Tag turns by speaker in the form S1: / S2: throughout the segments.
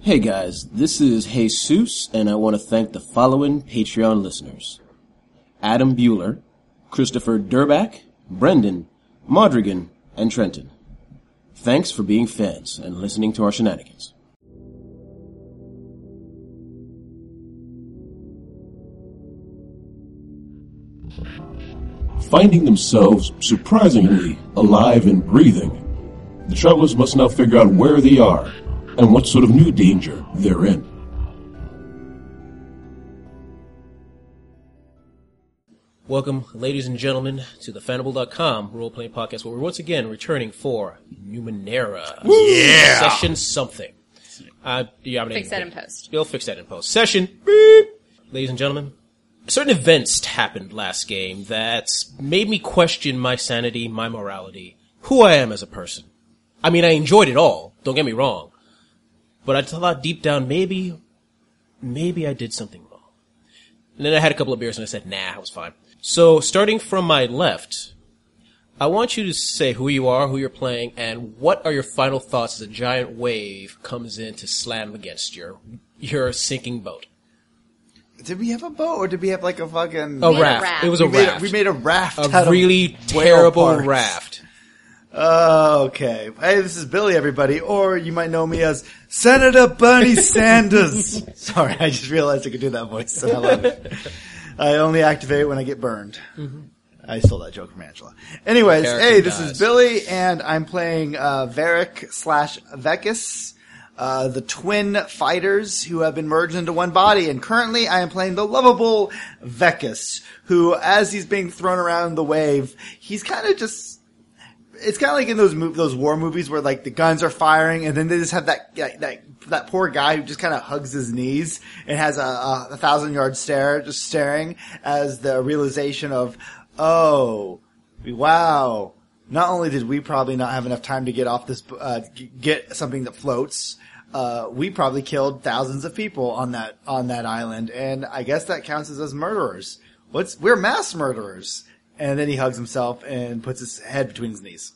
S1: Hey guys, this is Jesus, and I want to thank the following Patreon listeners Adam Bueller, Christopher Durback, Brendan, Modrigan, and Trenton. Thanks for being fans and listening to our shenanigans.
S2: Finding themselves surprisingly alive and breathing, the travelers must now figure out where they are and what sort of new danger they're in.
S3: Welcome, ladies and gentlemen, to the Fanable.com role-playing podcast, where we're once again returning for Numenera. Yeah! Session something. Uh, yeah, I'm gonna-
S4: Fix that in post.
S3: You'll fix that in post. Session. Beep. Ladies and gentlemen, certain events happened last game that made me question my sanity, my morality, who I am as a person. I mean, I enjoyed it all. Don't get me wrong. But I thought deep down, maybe, maybe I did something wrong. And then I had a couple of beers and I said, nah, I was fine. So starting from my left, I want you to say who you are, who you're playing, and what are your final thoughts as a giant wave comes in to slam against your your sinking boat.
S5: Did we have a boat or did we have like a fucking?
S3: A
S4: made a
S3: raft.
S4: raft.
S3: It was a
S5: we, made
S3: raft.
S5: A, we made a raft.
S3: a
S5: out of
S3: really
S5: whale
S3: terrible
S5: parts.
S3: raft.
S5: Oh, okay. Hey, this is Billy, everybody, or you might know me as Senator Bernie Sanders. Sorry, I just realized I could do that voice, and I love it. I only activate when I get burned. I stole that joke from Angela. Anyways,
S3: Character
S5: hey, this
S3: dies.
S5: is Billy, and I'm playing uh, Varric slash Vekis, uh, the twin fighters who have been merged into one body. And currently, I am playing the lovable Vekis, who, as he's being thrown around the wave, he's kind of just. It's kind of like in those mov- those war movies where like the guns are firing, and then they just have that that that, that poor guy who just kind of hugs his knees and has a, a, a thousand yard stare, just staring as the realization of, oh, Wow. Not only did we probably not have enough time to get off this, uh, g- get something that floats, uh, we probably killed thousands of people on that, on that island. And I guess that counts as us murderers. What's, we're mass murderers. And then he hugs himself and puts his head between his knees.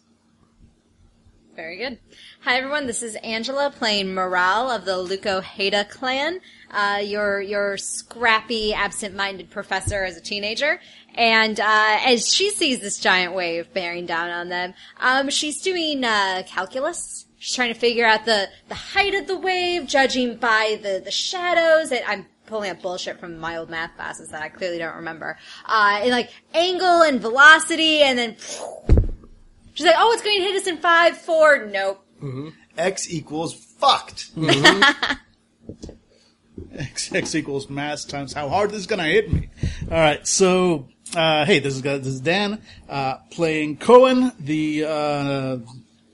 S4: Very good. Hi everyone, this is Angela playing Morale of the Lucoheda clan. Uh, your your scrappy, absent-minded professor as a teenager, and uh, as she sees this giant wave bearing down on them, um, she's doing uh, calculus. She's trying to figure out the the height of the wave, judging by the the shadows. And I'm pulling up bullshit from my old math classes that I clearly don't remember. Uh, and like angle and velocity, and then. She's like, oh, it's going to hit us in five, four. Nope.
S5: X equals fucked.
S6: X, X equals mass times how hard this is gonna hit me. All right, so uh, hey, this is this is Dan uh, playing Cohen, the uh,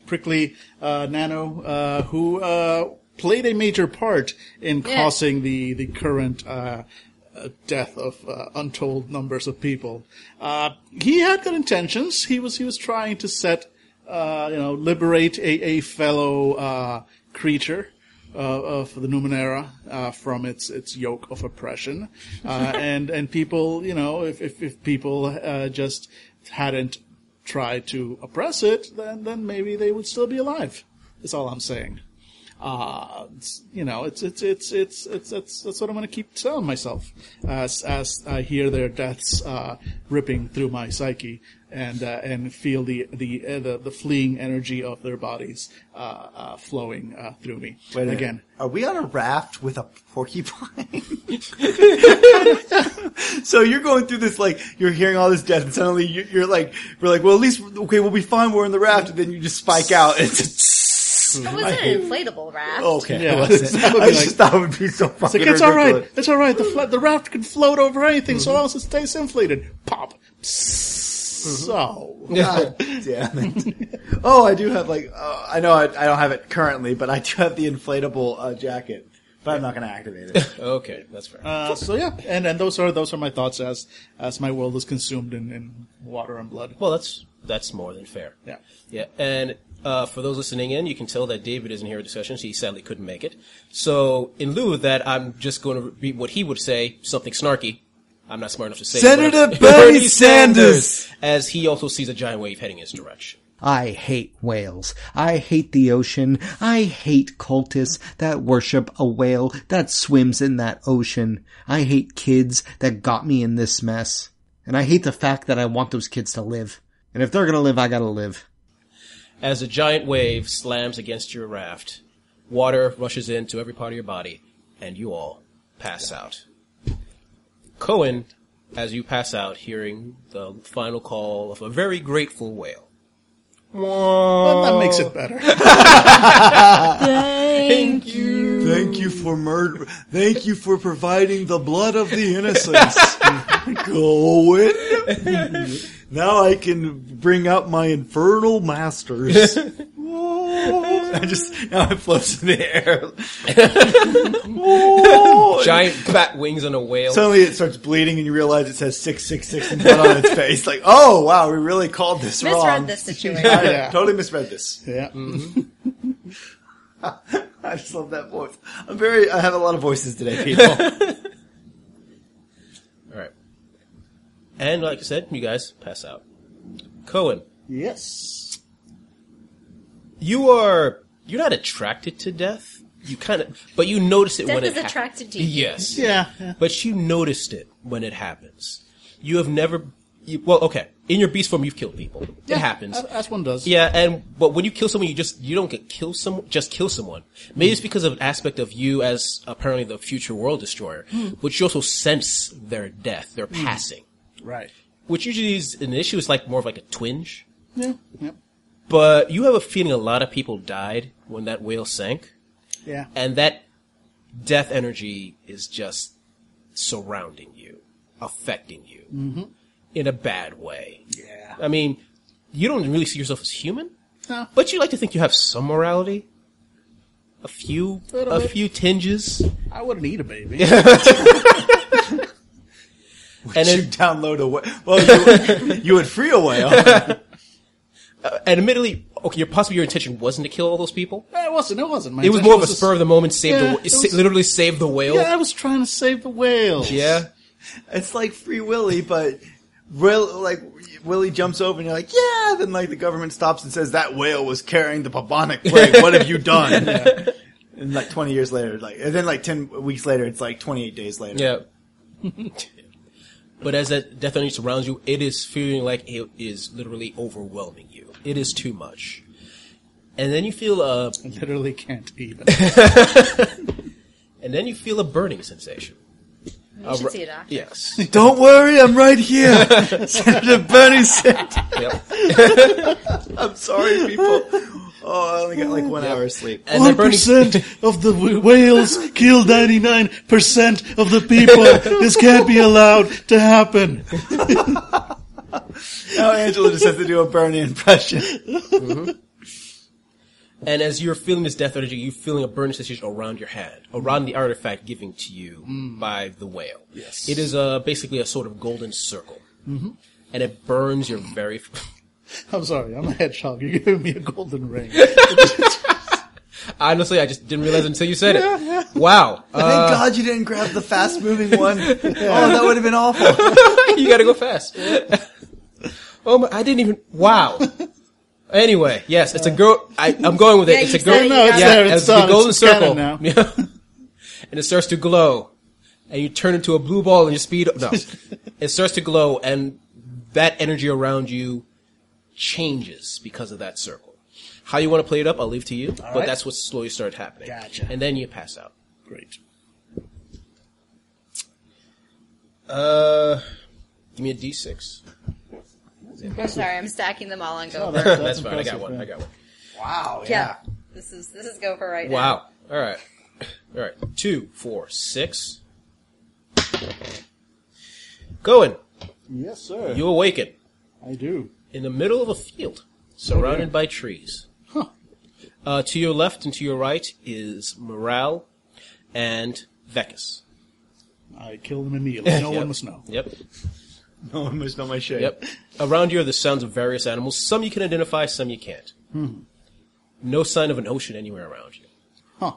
S6: prickly uh, nano, uh, who uh, played a major part in
S4: Yeah.
S6: causing the the current. Uh, uh, death of uh, untold numbers of people. Uh, he had good intentions. He was he was trying to set, uh, you know, liberate a, a fellow uh, creature uh, of the Numenera uh, from its its yoke of oppression, uh, and and people, you know, if if, if people uh, just hadn't tried to oppress it, then then maybe they would still be alive. Is all I'm saying. Uh, it's- you know, it's it's it's it's it's that's that's what I'm gonna keep telling myself as as I hear their deaths uh, ripping through my psyche and uh, and feel the the, uh, the the fleeing energy of their bodies uh, uh, flowing uh, through me.
S5: Wait a minute.
S6: Again,
S5: Are we on a raft with a porcupine? so you're going through this, like, you're hearing all this death, and suddenly you- you're like, we're like, well, at least, okay, we'll be fine, we're in the raft, and then you just spike out. It's
S4: It was an inflatable raft.
S5: Okay.
S6: Yeah.
S5: I just
S6: That would be like-
S5: thought it would be so
S6: It's
S5: fucking
S6: like, it's all right.
S5: ridiculous.
S6: It's all right. The fla- the raft can float over anything,
S5: Mm-hmm.
S6: so long as it stays inflated. Pop. So
S5: God damn it. Oh, I do have like, uh, I know I, I don't have it currently, but I do have the inflatable uh, jacket, but I'm not going to activate it.
S3: Okay, that's fair.
S6: uh, so yeah, and and those are those are my thoughts as as my world is consumed in, in water and blood.
S3: well, that's that's more than fair.
S6: Yeah.
S3: yeah. And uh, for those listening in, you can tell that David isn't here at discussions. He sadly couldn't make it. So in lieu of that, I'm just going to repeat what he would say, something snarky. I'm not smart enough to say. it, but-
S5: Senator Bernie Sanders!
S3: as he also sees a giant wave heading his direction.
S7: I hate whales. I hate the ocean. I hate cultists that worship a whale that swims in that ocean. I hate kids that got me in this mess. And I hate the fact that I want those kids to live. And if they're gonna live, I gotta live.
S3: As a giant wave slams against your raft, water rushes into every part of your body, and you all pass out. Cohen, as you pass out, hearing the final call of a very grateful whale.
S6: Well, that makes it better.
S3: Thank you.
S5: Thank you for murder. Thank you for providing the blood of the innocents. Cohen. now I can bring out my infernal masters. I just now I float in the air.
S3: Giant bat wings on a whale.
S5: Suddenly it starts bleeding, and you realize it says six six six and blood on its face. Like, oh wow, we really called this
S4: Misread
S5: wrong.
S4: this situation.
S5: I
S6: Yeah. Uh, Mm-hmm.
S5: totally misread this.
S6: Yeah.
S5: I just love that voice. I'm very. I have a lot of voices today, people.
S3: all right. And like I said, you guys pass out. Cohen,
S6: Yes.
S3: you are you're not attracted to death. You kind of, but you notice it
S4: Death
S3: when it
S4: is
S3: hap-
S4: attracted to you.
S3: Yes.
S6: Yeah. yeah.
S3: but you noticed it when it happens. You have never, you, well, okay. In your beast form, you've killed people. it happens.
S6: As, as one does.
S3: yeah, and but when you kill someone, you just you don't get kill some just kill someone. Maybe it's because of an aspect of you as apparently the future world destroyer, but you also sense their death, their passing,
S6: Right.
S3: which usually is an issue. It's like more of like a twinge,
S6: Yeah. Yeah.
S3: but you have a feeling a lot of people died when that whale sank,
S6: Yeah.
S3: and that death energy is just surrounding you, affecting you
S6: Mm-hmm.
S3: in a bad way. Yeah. I mean, you don't really see yourself as human,
S6: No.
S3: but you like to think you have some morality, a few,
S6: Little
S3: a
S6: bit.
S3: few tinges,
S6: I wouldn't eat a baby.
S3: and
S5: you
S3: it,
S5: download a whale. Well, you, you would free a whale.
S3: and admittedly, okay, your possibly your intention wasn't to kill all those people.
S6: it wasn't. It wasn't. My
S3: It was
S6: intention
S3: more of a
S6: just-
S3: spur of the moment, save
S6: Yeah,
S3: the
S6: it
S3: the,
S6: was-
S3: literally save the whale.
S6: Yeah, I was trying to save the whales.
S3: yeah.
S5: It's like Free Willy, but will, like Willy jumps over and you're like, yeah. Then like the government stops and says that whale was carrying the bubonic plague. What have you done? And like 20 years later, like and then like 10 weeks later, it's like 28 days later.
S3: Yeah. but as that death energy surrounds you, it is feeling like it is literally overwhelming you. It is too much. And then you feel a,
S6: I literally can't eat.
S3: and then you feel a burning sensation.
S4: You should see a doctor.
S3: Yes.
S5: Don't worry, I'm right here. Senator Bernie said.
S3: Yep.
S5: I'm sorry, people. Oh, I only got like one hour of sleep.
S3: And
S6: One
S3: that burning,
S6: percent of the wh- whales kill ninety nine percent of the people. this can't be allowed to happen.
S5: Now Angela just has to do a Bernie impression.
S3: and as you're feeling this death energy, you're feeling a burning sensation around your hand, around the artifact given to you by the whale. Mm. Yes. It is uh, basically a sort of golden circle. Mm-hmm. And it burns your very,
S6: I'm sorry. I'm a hedgehog. You're giving me a golden ring.
S3: honestly, I just didn't realize until you said it. Wow. Uh,
S5: Thank God you didn't grab the fast moving one. Oh, that would have been awful.
S3: you gotta go fast. oh my, I didn't even, wow. Anyway, yes, it's a girl, I, I'm going with it.
S4: Yeah,
S3: it's
S4: you
S3: a girl,
S4: said it, No, you it's got
S6: it. there, it's
S3: as the
S6: done, it's
S3: golden circle.
S6: canon now.
S3: Yeah. and it starts to glow. And you turn into a blue ball and your speed, no. it starts to glow and that energy around you changes because of that circle. How you want to play it up, I'll leave to you, but
S6: right.
S3: that's what slowly started happening.
S6: Gotcha.
S3: And then you pass out.
S6: Great.
S3: Uh, give me a d6.
S4: I'm sorry, I'm stacking them all on Gopher.
S3: That's, fine, I got one, I got one.
S5: Wow.
S4: yeah. This is this is Gopher right now.
S3: Wow. All right. All right. Two, four, six. Going.
S6: Yes, sir.
S3: You awaken
S6: I do.
S3: in the middle of a field surrounded by trees. Uh, to your left and to your right is Morale and Vekas.
S6: I kill them immediately. No
S3: Yep.
S6: one must know.
S3: Yep.
S5: No one must know my shape.
S3: Yep. Around you are the sounds of various animals. Some you can identify, some you can't. No sign of an ocean anywhere around you.
S6: Huh.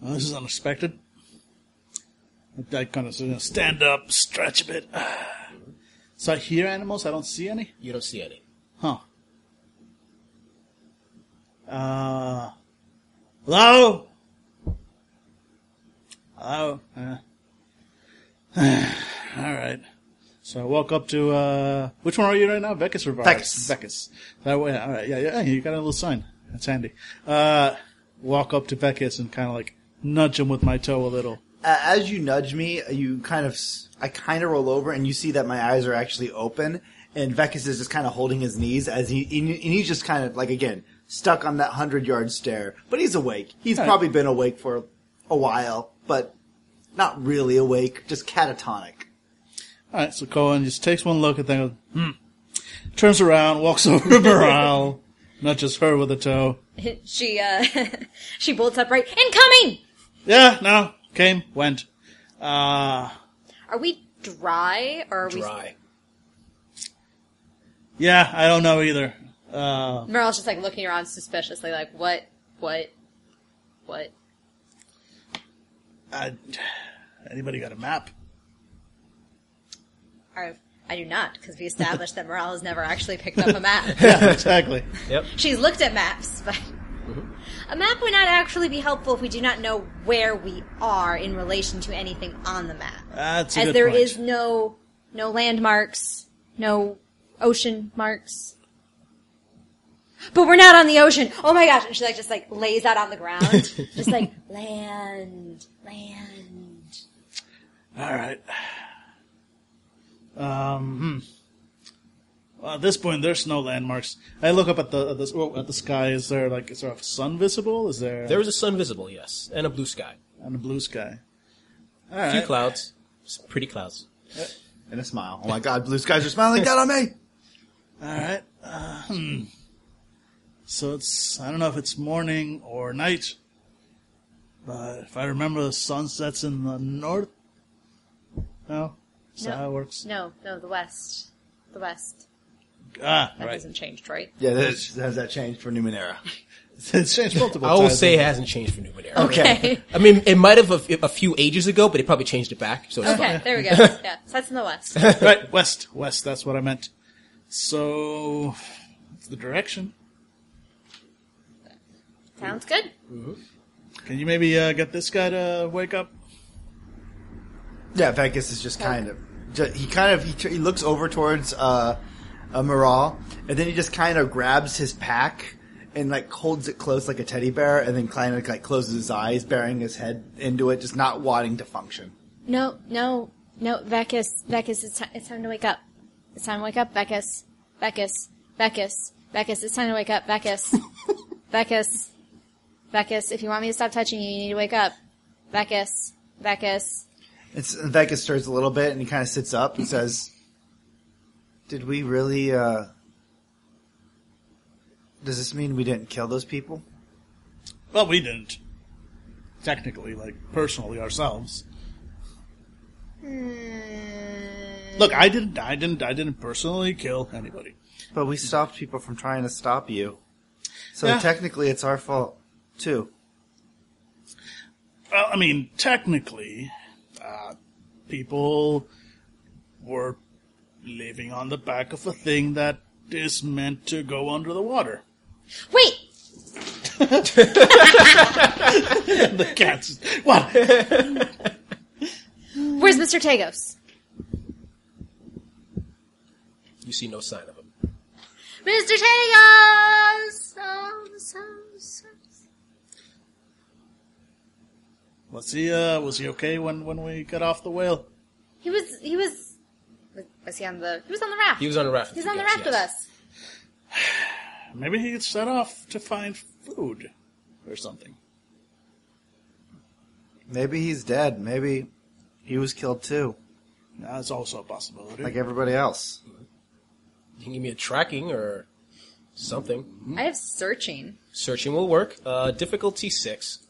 S6: Well, this is unexpected. I kind of you know, stand up, stretch a bit. So I hear animals. I don't see any.
S3: You don't see any.
S6: Uh, hello? Hello? Uh, Alright. So I walk up to, uh, which one are you right now? Vekas or Varus?
S5: Vekas.
S6: Vekas. That way, alright, yeah, yeah, you got a little sign. That's handy. Uh, walk up to Vekas and kind of like nudge him with my toe a little.
S5: Uh, as you nudge me, you kind of, s- I kind of roll over and you see that my eyes are actually open and Vekas is just kind of holding his knees as he, and and he's just kind of like, again, stuck on that hundred yard stare, but he's awake. He's
S6: All right.
S5: probably been awake for a while, but not really awake, just catatonic.
S6: All right, so Cohen just takes one look and then goes, hmm. Turns around, walks over to Morale, nudges her with a toe.
S4: she uh, she bolts upright. Incoming.
S6: Yeah, no, came, went. Uh,
S4: Are we dry or are
S3: Dry.
S6: yeah, I don't know either. Uh,
S4: we? Merle's just like looking around suspiciously, like what, what, what?
S6: I, anybody got a map?
S4: Are, I do not because we established that Morale has never actually picked up a map.
S6: Yeah, exactly.
S4: She's looked at maps, but
S6: Mm-hmm.
S4: a map would not actually be helpful if we do not know where we are in relation to anything on the map.
S6: That's a
S4: As
S6: good
S4: there is
S6: point.
S4: no no landmarks, no ocean marks. But we're not on the ocean. Oh my gosh! And she like just like lays out on the ground, just like land, land.
S6: All right. Um, hmm. Well, at this point, there's no landmarks. I look up at the at the, well, at the sky. Is there like is there a sun visible? Is there
S3: There is a sun visible, yes, and a blue sky.
S6: and a blue sky? All
S3: A few
S6: right.
S3: clouds. Some pretty clouds.
S5: And a smile. Oh my god, blue skies are smiling down on me!
S6: All right. Uh, hmm. So it's I don't know if it's morning or night, but if I remember, the sun sets in the north. No, is that
S4: No.
S6: how it works?
S4: No, no, the west, the west.
S6: Ah,
S4: That
S6: right.
S4: doesn't change, right?
S5: Yeah, that is, has that changed for Numenera?
S6: it's changed multiple
S3: I will
S6: times.
S3: say it hasn't changed for Numenera.
S4: Okay.
S3: I mean, it might have a, a few ages ago, but it probably changed it back. So it's fine.
S4: Okay, there we go. Yeah, so that's in the west.
S6: right, west, west. That's what I meant. So, that's the direction.
S4: Sounds good.
S6: Can you maybe uh, get this guy to wake up?
S5: Yeah, Vegas is just kind of. ju- He kind of he, tr- he looks over towards uh, uh, Morale, and then he just kind of grabs his pack and like holds it close like a teddy bear, and then kind of like closes his eyes, burying his head into it, just not wanting to function.
S4: No, no, no, Vekas, Vekas, it's, ti- it's time to wake up. It's time to wake up, Vekas, Vekas, Vekas, Vekas, it's time to wake up, Vekas, Vekas, Vekas, if you want me to stop touching you, you need to wake up. Vekas, Vekas.
S5: It's, and Vegas stirs a little bit, and he kind of sits up and says, "Did we really? uh Does this mean we didn't kill those people?"
S6: Well, we didn't. Technically, like personally ourselves. Look, I didn't. I didn't. I didn't personally kill anybody.
S5: But we stopped people from trying to stop you. So
S6: Yeah.
S5: technically it's our fault too.
S6: Well, I mean, technically, uh, people were living on the back of a thing that is meant to go under the water.
S4: Wait!
S6: The cats. What?
S4: Where's Mr. Tagos?
S3: You see no sign of him.
S4: Mr. Tagos! Oh, so, so.
S6: Was he? Uh, was he okay when when we got off the whale?
S4: He was, he was, was he on the, he was on the raft.
S3: He was on the raft.
S4: He was on the
S3: Yes,
S4: raft with
S3: yes.
S4: us.
S6: Maybe he set off to find food or something.
S5: Maybe he's dead. Maybe he was killed too,
S6: That's also a possibility.
S5: like everybody else.
S3: You can give me a tracking or something.
S4: I have searching.
S3: Searching will work. Uh, difficulty six,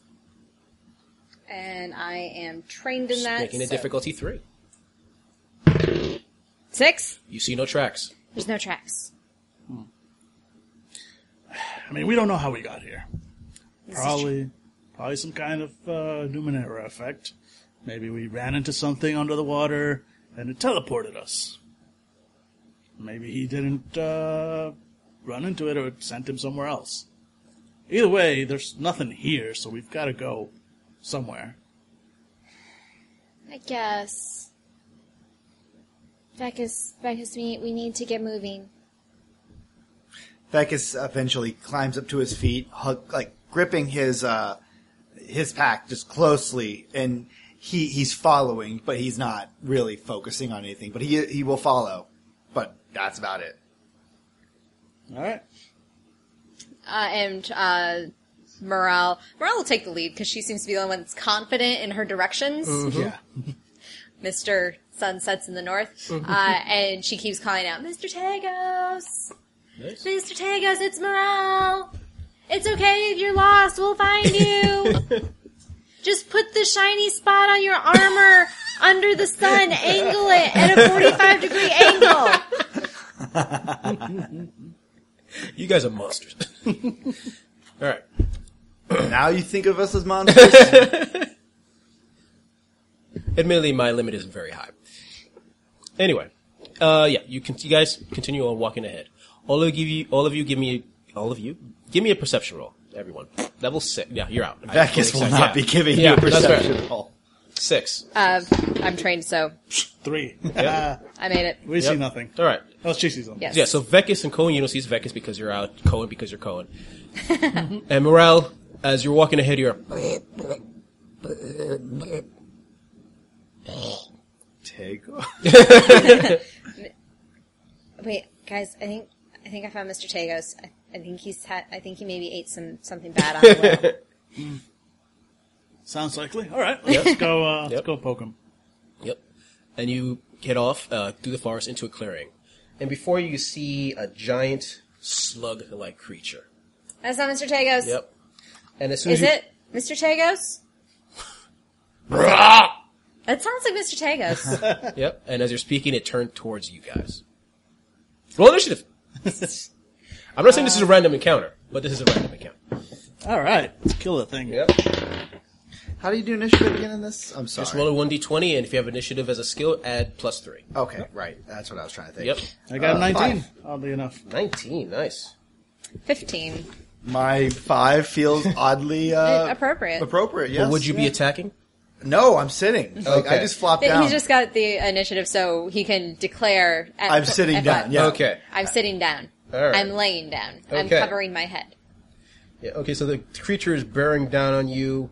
S4: and I am trained in that.
S3: making it
S4: so-
S3: difficulty three.
S4: Six.
S3: You see no tracks.
S4: There's no tracks.
S6: I mean, we don't know how we got here. Probably, probably some kind of uh, Numenera effect. Maybe we ran into something under the water and it teleported us. Maybe he didn't uh, run into it or it sent him somewhere else. Either way, there's nothing here, so we've got to go somewhere.
S8: I guess. Beckus, Beckus, we, we need to get moving.
S5: Vekas eventually climbs up to his feet, hug, like gripping his uh, his pack just closely, and he he's following, but he's not really focusing on anything. But he he will follow, but that's about it.
S6: All right.
S4: uh, and uh, Morale. Morale will take the lead because she seems to be the only one that's confident in her directions.
S5: Yeah,
S4: Mister Sun sets in the north, uh, and she keeps calling out, "Mister Tagos, Mister Tagos, it's Morale. It's okay if you're lost. We'll find you. Just put the shiny spot on your armor." Under the sun, angle it at a 45 degree angle.
S3: You guys are monsters. All right.
S5: now you think of us as monsters.
S3: Admittedly, my limit isn't very high. Anyway, uh, yeah, you can, you guys continue on walking ahead. All of you, all of you, give me, all of you, give me a perception roll, everyone. Level six. Yeah, you're out. I
S5: Vekas
S3: fully accept-
S5: will not
S3: yeah.
S5: be giving
S3: Yeah,
S5: you a
S3: that's right.
S5: perception roll.
S3: Six.
S4: Uh, I'm trained, so
S6: Three. Uh,
S4: I made it.
S6: we see
S3: Yep.
S6: nothing.
S3: All right.
S6: Oh, she sees something.
S4: Yes.
S3: Yeah, so Vekis and Cohen, you don't see Vekis because you're out, Cohen because you're Cohen. and Morale, as you're walking ahead, you're.
S5: Tagos.
S4: Wait, guys, I think I think I found Mr. Tagos. I, I think he's had. I think he maybe ate some something bad on the way.
S6: Sounds likely. All right. Let's go. Uh, Let's go poke him.
S3: Yep. And you get off uh, through the forest into a clearing. And before you, you see a giant slug like creature.
S4: That's not Mr. Tagos.
S3: Yep. And as soon
S4: Is
S3: as you,
S4: it Mr. Tagos? That sounds like Mr. Tagos.
S3: Yep. And as you're speaking, it turned towards you guys. Roll initiative. I'm not saying this is a random encounter, but this is a random encounter.
S6: All right. Let's kill the thing.
S3: Yep.
S5: How do you do initiative again in this? I'm sorry.
S3: Just roll a one d twenty, and if you have initiative as a skill, add plus three.
S5: okay, right. That's what I was trying to think.
S3: Yep.
S6: I got a
S5: Uh,
S6: 19, oddly enough.
S3: Nineteen. Nice.
S4: Fifteen.
S5: My five feels oddly uh,
S4: Appropriate.
S5: Appropriate. Yes.
S3: But would you be attacking?
S5: No, I'm sitting. Like I
S3: Okay.
S5: just flopped
S4: Th-
S5: down.
S4: He's just got the initiative, so he can declare. At,
S5: I'm sitting
S4: at
S5: down,
S4: what?
S5: yeah.
S3: Okay.
S4: I'm sitting down.
S3: All right.
S4: I'm laying down. I'm
S3: Okay.
S4: covering my head.
S3: Yeah. Okay. So the creature is bearing down on you.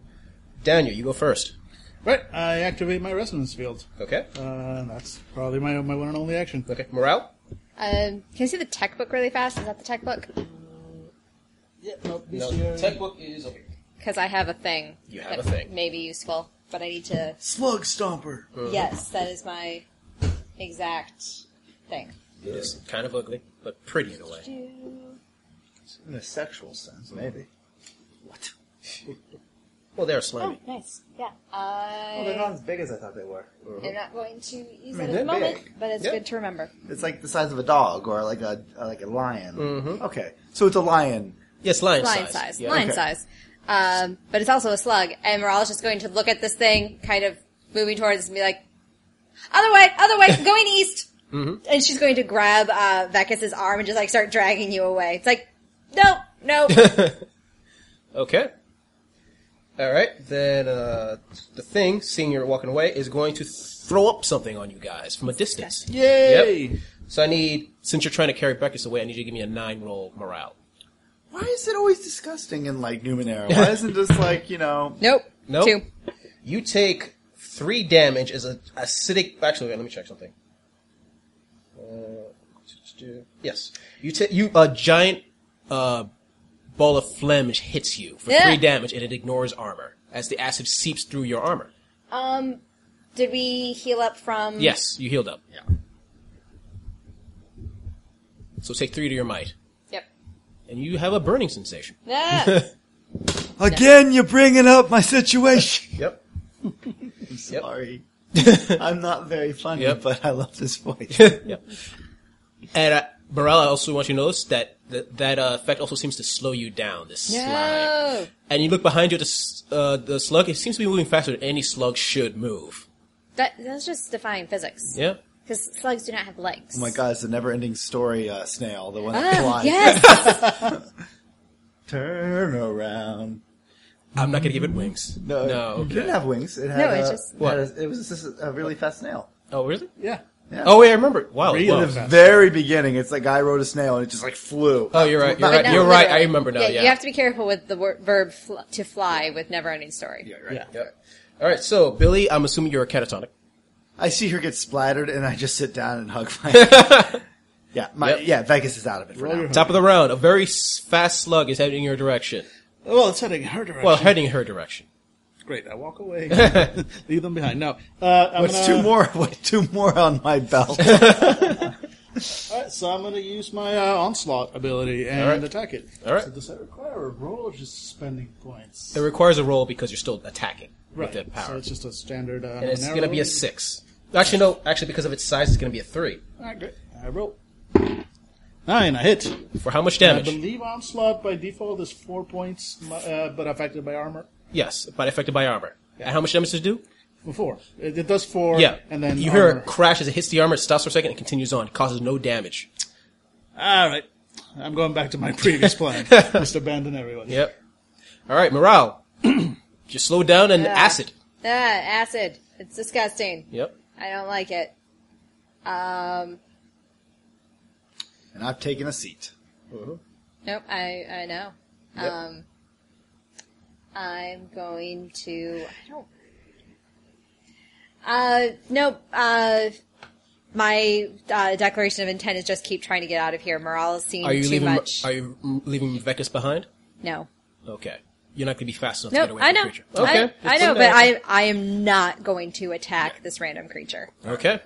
S3: Daniel, you go first.
S6: Right. I activate my resonance field.
S3: Okay.
S6: Uh, that's probably my my one and only action.
S3: Okay. Morale.
S4: Um, can you see the tech book really fast? Is that the tech book?
S3: Tech book is over.
S4: Because I have a thing.
S3: You have
S4: that
S3: a thing.
S4: May be useful, but I need to.
S9: Slug Stomper.
S4: Yes, that is my exact thing.
S3: It is kind of ugly, but pretty in a way.
S5: in a sexual sense, maybe.
S3: Well, they are
S4: Oh.
S3: slimy.
S8: Oh, Nice. Yeah.
S5: Well,
S4: I
S5: they're not as big as I thought they were.
S4: am not going to use it
S5: mean,
S4: at the
S5: they're
S4: moment,
S5: big.
S4: but it's
S3: Yeah.
S4: good to remember.
S5: It's like the size of a dog or like a uh, like a lion. Mm-hmm. Okay, so it's a lion.
S3: Yes, lion,
S4: Lion
S3: size.
S4: size,
S3: Yeah.
S4: lion
S5: Okay.
S4: size. Um, but it's also a slug, and Morale is just going to look at this thing, kind of moving towards us and be like, other way, other way, going east.
S5: Mm-hmm.
S4: And she's going to grab uh, Vekas's arm and just like start dragging you away. It's like, no, no.
S3: Okay. All right. Then uh, the thing, seeing you're walking away, is going to throw up something on you guys from a distance.
S6: Yay!
S3: Yep. So I need, since you're trying to carry Beckus away, I need you to give me a nine roll morale.
S5: Why is it always disgusting in like Numenera? Why isn't this like you know?
S4: nope.
S3: Nope.
S4: Two.
S3: You take three damage as a acidic. Actually, wait, let me check something. Uh, yes, you take you a giant uh, ball of phlegm hits you for
S4: Yeah.
S3: three damage, and it ignores armor as the acid seeps through your armor.
S4: Um, did we heal up from?
S3: Yes, you healed up. Yeah. So take three to your might,
S4: Yep.
S3: and you have a burning sensation.
S4: Ah,
S9: Again, you're bringing up my situation.
S3: Yep.
S5: Sorry, I'm not very funny,
S3: Yep.
S5: but I love this voice. Oh
S3: yep. And uh, Morella, I also want you to notice that that, that uh, effect also seems to slow you down. This slime.
S4: no.
S3: and you look behind you at the, s- uh, the slug, it seems to be moving faster than any slug should move.
S4: That, that's just defying physics.
S3: Yeah?
S4: Because slugs do not have legs.
S5: oh my god, it's the never-ending story uh, snail, the one that
S4: Ah,
S5: flies.
S4: yes.
S5: Turn around.
S3: I'm not going to give it wings.
S5: No, it-
S3: No,
S5: it
S3: okay.
S5: didn't have wings. It had
S4: No,
S5: a,
S4: it just-
S5: it, had a- it was just a really fast snail.
S3: Oh, really?
S6: Yeah.
S5: Yeah.
S3: Oh, wait, I remember. Wow.
S6: Really
S3: whoa.
S6: fast.
S5: very beginning, it's like I rode a snail and it just like flew.
S3: Oh, you're right. You're
S4: But
S3: right.
S4: no,
S3: You're right. I
S4: literally.
S3: remember now. Yeah.
S4: you have to be careful with the wor- verb fl- to fly with never-ending story.
S3: Right. Yep. All right. So, Billy, I'm assuming you're a catatonic.
S5: I see her get splattered, and I just sit down and hug my. yeah, my
S3: Yep.
S5: yeah. Vegas is out of it for now.
S3: Top of the round. A very s- fast slug is heading your direction.
S6: Well, it's heading her direction.
S3: Well, heading her direction.
S6: Great. I walk away. Leave them behind. No. Uh, I'm
S5: What's
S6: gonna,
S5: two more? What two more on my belt?
S6: All right, so I'm going to use my uh, onslaught ability and
S3: All right.
S6: attack it.
S3: All right.
S6: So does that require a roll or just spending points?
S3: It requires a roll because you're still attacking
S6: right.
S3: with the power.
S6: So it's just a standard. Uh,
S3: and it's
S6: an
S3: going to be a
S6: arrow.
S3: six. Actually, no. Actually, because of its size, it's going to be a three.
S6: All right, great. I roll. Nine. I hit.
S3: For how much
S6: I
S3: damage?
S6: believe onslaught by default is four points, mu- uh, but affected by armor.
S3: yes, but affected by armor. And how much damage does it do?
S6: Four. It, it does four.
S3: Yeah.
S6: And then
S3: you hear
S6: armor.
S3: a crash as it hits the armor. It stops for a second and continues on. It causes no damage.
S6: All right. I'm going back to my previous plan. just abandon everyone.
S3: Yep. All right, morale. Just slow down and acid.
S4: Ah, acid. It's disgusting.
S3: Yep.
S4: I don't like it. Um,
S5: and I've taken a seat.
S4: nope. I I know. Um, I'm going to. I don't. Uh, nope. Uh, my uh, declaration of intent is just keep trying to get out of here. Morale is seeing
S3: Are you
S4: too
S3: leaving?
S4: much.
S3: Are you mm, leaving Vekas behind?
S4: no.
S3: Okay. You're not going to be fast enough to get
S4: Nope.
S3: away from
S4: I
S3: the
S4: know.
S3: creature.
S4: I,
S3: Okay.
S4: I know, but I I am not going to attack this random creature.
S3: Okay.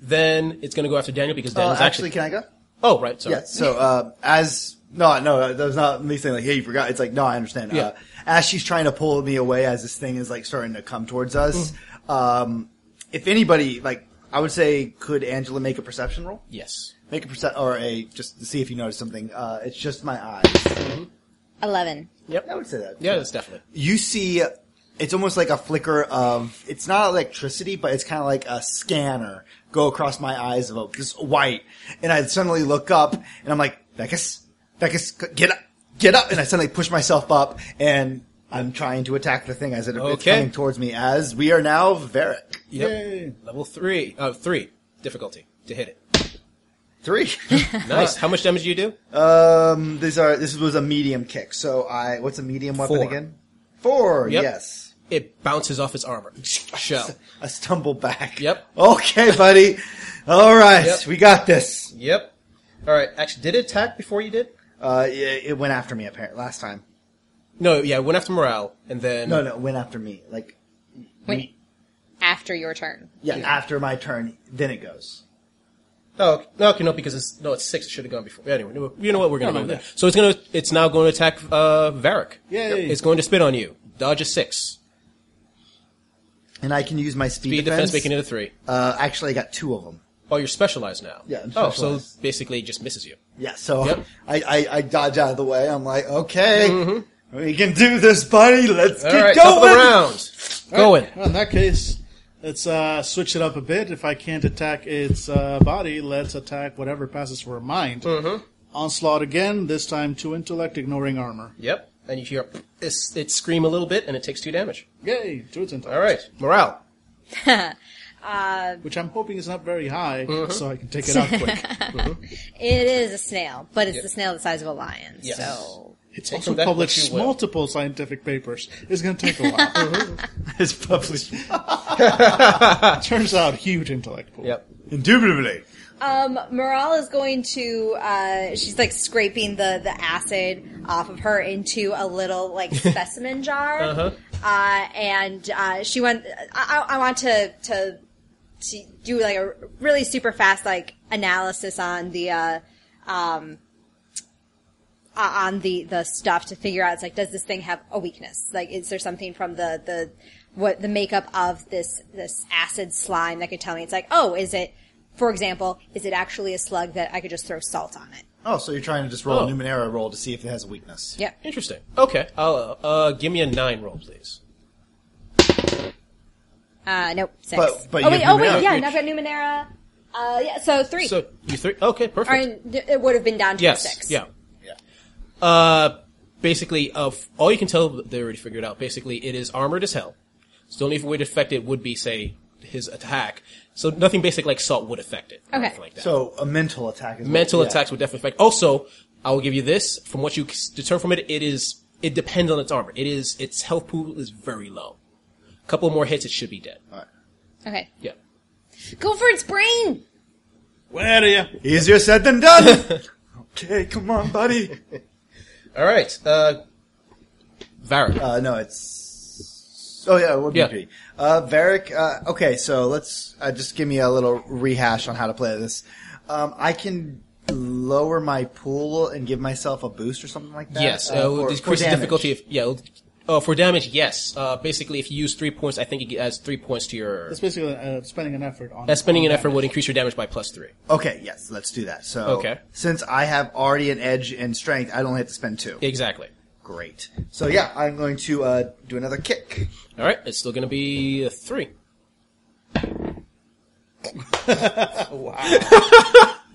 S3: Then it's going to go after Daniel because
S5: Uh,
S3: Daniel's
S5: actually, can I go?
S3: Oh, right. Sorry.
S5: Yeah. So uh, as no, no, that was not me saying like, "Hey, you forgot." It's like, no, I understand.
S3: Yeah.
S5: Uh, as she's trying to pull me away, as this thing is like starting to come towards us, um, if anybody, like, I would say, could Angela make a perception roll?
S3: Yes.
S5: Make a percent or a just to see if you notice something. Uh, it's just my eyes.
S4: Eleven.
S5: I would say that.
S3: Yeah, that's definitely.
S5: You see, it's almost like a flicker of. It's not electricity, but it's kind of like a scanner go across my eyes of a, this white, and I suddenly look up and I'm like, Beckus, Beckus, c- get up, get up, and I suddenly push myself up and. I'm trying to attack the thing as it, it's
S3: Okay.
S5: coming towards me. As we are now Varric
S3: Yep.
S6: Yay.
S3: Level three. Uh, three difficulty to hit it.
S5: three.
S3: Nice. How much damage do you do?
S5: um, these are this was a medium kick. So I, what's a medium weapon
S3: Four.
S5: again? Four.
S3: Yep.
S5: Yes.
S3: It bounces off its armor. Shell.
S5: I stumble back.
S3: Yep.
S5: Okay, buddy. All right,
S3: Yep.
S5: we got this.
S3: Yep. All right. Actually, did it attack before you did?
S5: Uh, it, it went after me apparently last time.
S3: No. Yeah. It went after morale, and then
S5: No, no, it went after me. Like,
S4: Wait. After your turn.
S5: yeah, after my turn, then it goes.
S3: Oh, okay. no, okay, no, because it's no, it's six. It should have gone before. Anyway, no, you know what? We're gonna
S6: No,
S3: go
S6: no,
S3: with that.
S6: yeah.
S3: So it's gonna, it's now going to attack uh, Varric.
S6: Yay.
S3: It's going to spit on you. Dodge a six.
S5: And I can use my speed,
S3: Speed defense, making it a three.
S5: Uh, actually, I got two of them.
S3: Oh, you're specialized now.
S5: Yeah, I'm
S3: Oh, so
S5: specialized.
S3: basically, it just misses you.
S5: Yeah, so
S3: Yep.
S5: I, I, I dodge out of the way. I'm like, okay, we can do this, buddy. Let's
S3: Mm-hmm. All
S5: get
S3: right, top of the
S5: going.
S3: round. Going.
S6: Well, in that case, let's uh, switch it up a bit. If I can't attack its uh, body, let's attack whatever passes for mind. Mm-hmm. Onslaught again, this time to intellect, ignoring armor.
S3: Yep. And you hear it, it scream a little bit, and it takes two damage.
S6: Yay, to its intellect.
S3: All right, morale.
S6: Which I'm hoping is not very high,
S3: Mm-hmm.
S6: so I can take it out quick.
S4: It is a snail, but it's the snail the size of a lion.
S3: Yes.
S4: So
S6: It's
S3: Take
S6: also
S3: from that what
S6: published
S3: you will.
S6: multiple scientific papers. It's going to take a while.
S5: It's published.
S6: Turns out, huge intellect pool.
S3: Yep.
S5: Indubitably.
S4: um, Morale is going to. Uh, she's like scraping the the acid off of her into a little like specimen jar, uh and uh, she went. I, I I want to to to do like a really super fast like analysis on the. Uh, um, uh, on the the stuff to figure out it's like does this thing have a weakness like is there something from the the what the makeup of this this acid slime that could tell me it's like oh is it for example is it actually a slug that i could just throw salt on it
S5: Oh, so you're trying to just roll
S3: Oh.
S5: a Numenera roll to see if it has a weakness.
S4: yep
S3: Interesting. Okay. I'll uh, uh, give me a nine roll, please.
S4: uh nope six
S5: But- but
S4: oh
S5: you
S4: wait
S5: have
S4: oh wait
S5: Numenera.
S4: yeah and i've got numenera uh yeah so three
S3: So you three. Okay, perfect.
S4: I mean, th- it would have been down to a
S3: yes.
S4: six
S3: Yeah. Uh, basically, uh, f- all you can tell, they already figured out, basically, it is armored as hell. So the only way to affect it would be, say, his attack. So nothing basic like salt would affect it. or
S4: Okay.
S3: anything Like that.
S5: So a mental attack is
S3: Mental
S5: yeah.
S3: attacks would definitely affect. Also, I will give you this. From what you c- deter from it, it is it depends on its armor. It is its health pool is very low. A couple more hits, it should be dead.
S4: Okay.
S3: Yeah.
S4: Go for its brain!
S6: Where are you?
S5: Easier said than done. okay, come on, buddy.
S3: All right. Uh, Varric.
S5: Uh, no, it's. Oh yeah, it would be
S3: Yeah.
S5: three. Uh, Varric. Uh, okay, so let's uh, just give me a little rehash on how to play this. Um, I can lower my pool and give myself a boost or something like that.
S3: yes.
S5: uh,
S3: Uh,
S5: for-
S3: will
S5: for
S3: decrease the
S5: damage.
S3: difficulty. If, yeah. it'll- Uh, for damage, yes. Uh, basically, if you use three points, I think it adds three points to your.
S6: It's basically uh, spending an effort on.
S3: That spending
S6: on
S3: an effort would increase your damage by plus three.
S5: Okay, yes, let's do that. So,
S3: Okay.
S5: since I have already an edge in strength, I don't have to spend two.
S3: Exactly.
S5: Great. So yeah, I'm going to uh, do another kick.
S3: All right. It's still going to be a three.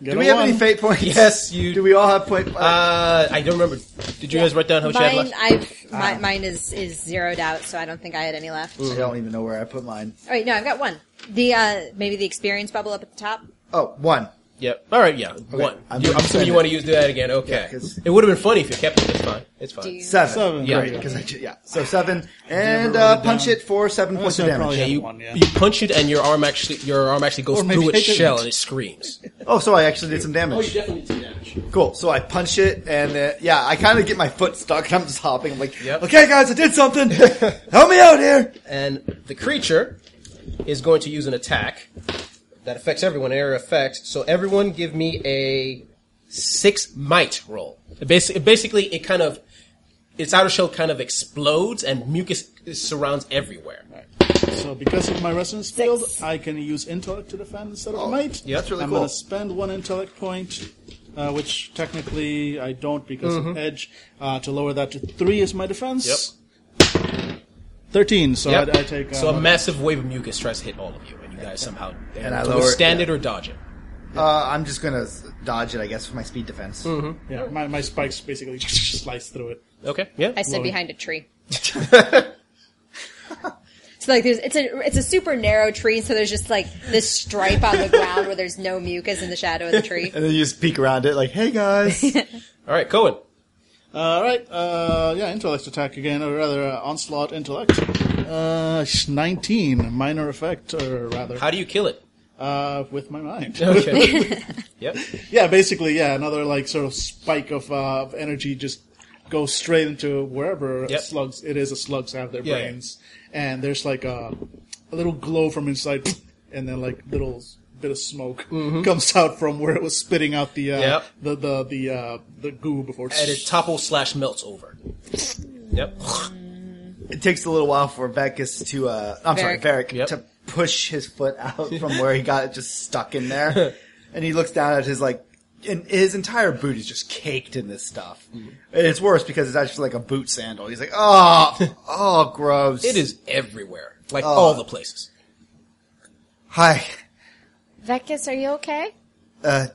S6: Get
S5: Do
S6: a
S5: we have
S6: one.
S5: any fate points?
S3: Yes, you-
S5: Do we all have point? Uh,
S3: Uh, I don't remember. Did you guys write down how much you had
S4: Mine,
S3: left?
S4: I've, my,
S5: Ah.
S4: mine is, is zeroed out, so I don't think I had any left.
S5: I don't even know where I put mine.
S4: All right, no, I've got one. The, uh, maybe the experience bubble up at the top?
S5: Oh, one.
S3: Yep. All right. Yeah. One. I'm,
S5: I'm
S3: you,
S5: gonna
S3: I'm assuming
S5: spend
S3: you
S5: it.
S3: want to use do that again. Okay.
S5: 'cause-
S3: it would have been funny if you kept it. It's fine. It's fine.
S4: Do you-
S5: Seven.
S6: Seven.
S3: Yeah.
S5: Right, because I ju- yeah. So seven and uh, punch it for seven points of
S6: I probably
S5: damage.
S6: have
S3: You,
S6: one, yeah.
S3: you punch it, and your arm actually your arm actually goes
S6: Or maybe
S3: through its
S6: I didn't.
S3: shell, and it screams.
S5: Oh, so I actually did some damage.
S3: definitely did damage.
S5: Cool. So I punch it, and uh, yeah, I kind of get my foot stuck, and I'm just hopping. I'm like,
S3: Yep.
S5: okay, guys, I did something. Help me out here.
S3: And the creature is going to use an attack that affects everyone. An area effect. So everyone, give me a six might roll. Basically, basically, it kind of its outer shell kind of explodes, and mucus surrounds everywhere.
S6: So because of my resonance field, I can use intellect to defend instead of might.
S3: Oh, yeah, that's really
S6: I'm
S5: cool.
S6: going to spend one intellect point, uh, which technically I don't because
S3: Mm-hmm.
S6: of edge, uh, to lower that to three is my defense. Yep. Thirteen. So
S3: Yep.
S6: I, I take. Uh,
S3: so a massive wave of mucus tries to hit all of you, and you guys somehow
S5: I
S3: either
S5: lower it,
S3: withstand
S5: yeah.
S3: it or dodge it.
S5: Uh, I'm just gonna s- dodge it, I guess, with my speed defense.
S6: yeah, my, my spikes basically slice through it.
S3: Okay, yeah.
S4: I stood behind a tree. so like there's it's a it's a super narrow tree, so there's just like this stripe on the ground where there's no mucus in the shadow of the tree.
S5: And then you just peek around it, like, hey guys.
S3: all right, Cohen.
S6: All right. Uh, yeah, intellect attack again, or rather uh, onslaught intellect. Uh, sh- nineteen minor effect, or rather,
S3: How do you kill it?
S6: uh, with my mind.
S3: Okay. yep.
S6: Yeah, basically, yeah, another like sort of spike of, uh, of energy just goes straight into wherever
S3: Yep.
S6: slugs it is. The slugs have their
S3: Yeah, yeah.
S6: brains, and there's like a, a little glow from inside, and then like little s- bit of smoke comes out from where it was spitting out the uh,
S3: Mm-hmm. Yep.
S6: the the the uh, the goo before.
S3: And it topples slash melts over. Yep.
S5: it takes a little while for Vekas to, uh, I'm sorry,
S4: Varric.
S5: Varric,
S3: Yep.
S5: to push his foot out from where he got it just stuck in there. and he looks down at his, like, and his entire boot is just caked in this stuff.
S3: Mm.
S5: And it's worse because it's actually like a boot sandal. He's like, oh, oh, gross.
S3: It is everywhere, like all the places.
S5: Hi,
S8: Vekas, are you okay?
S5: uh,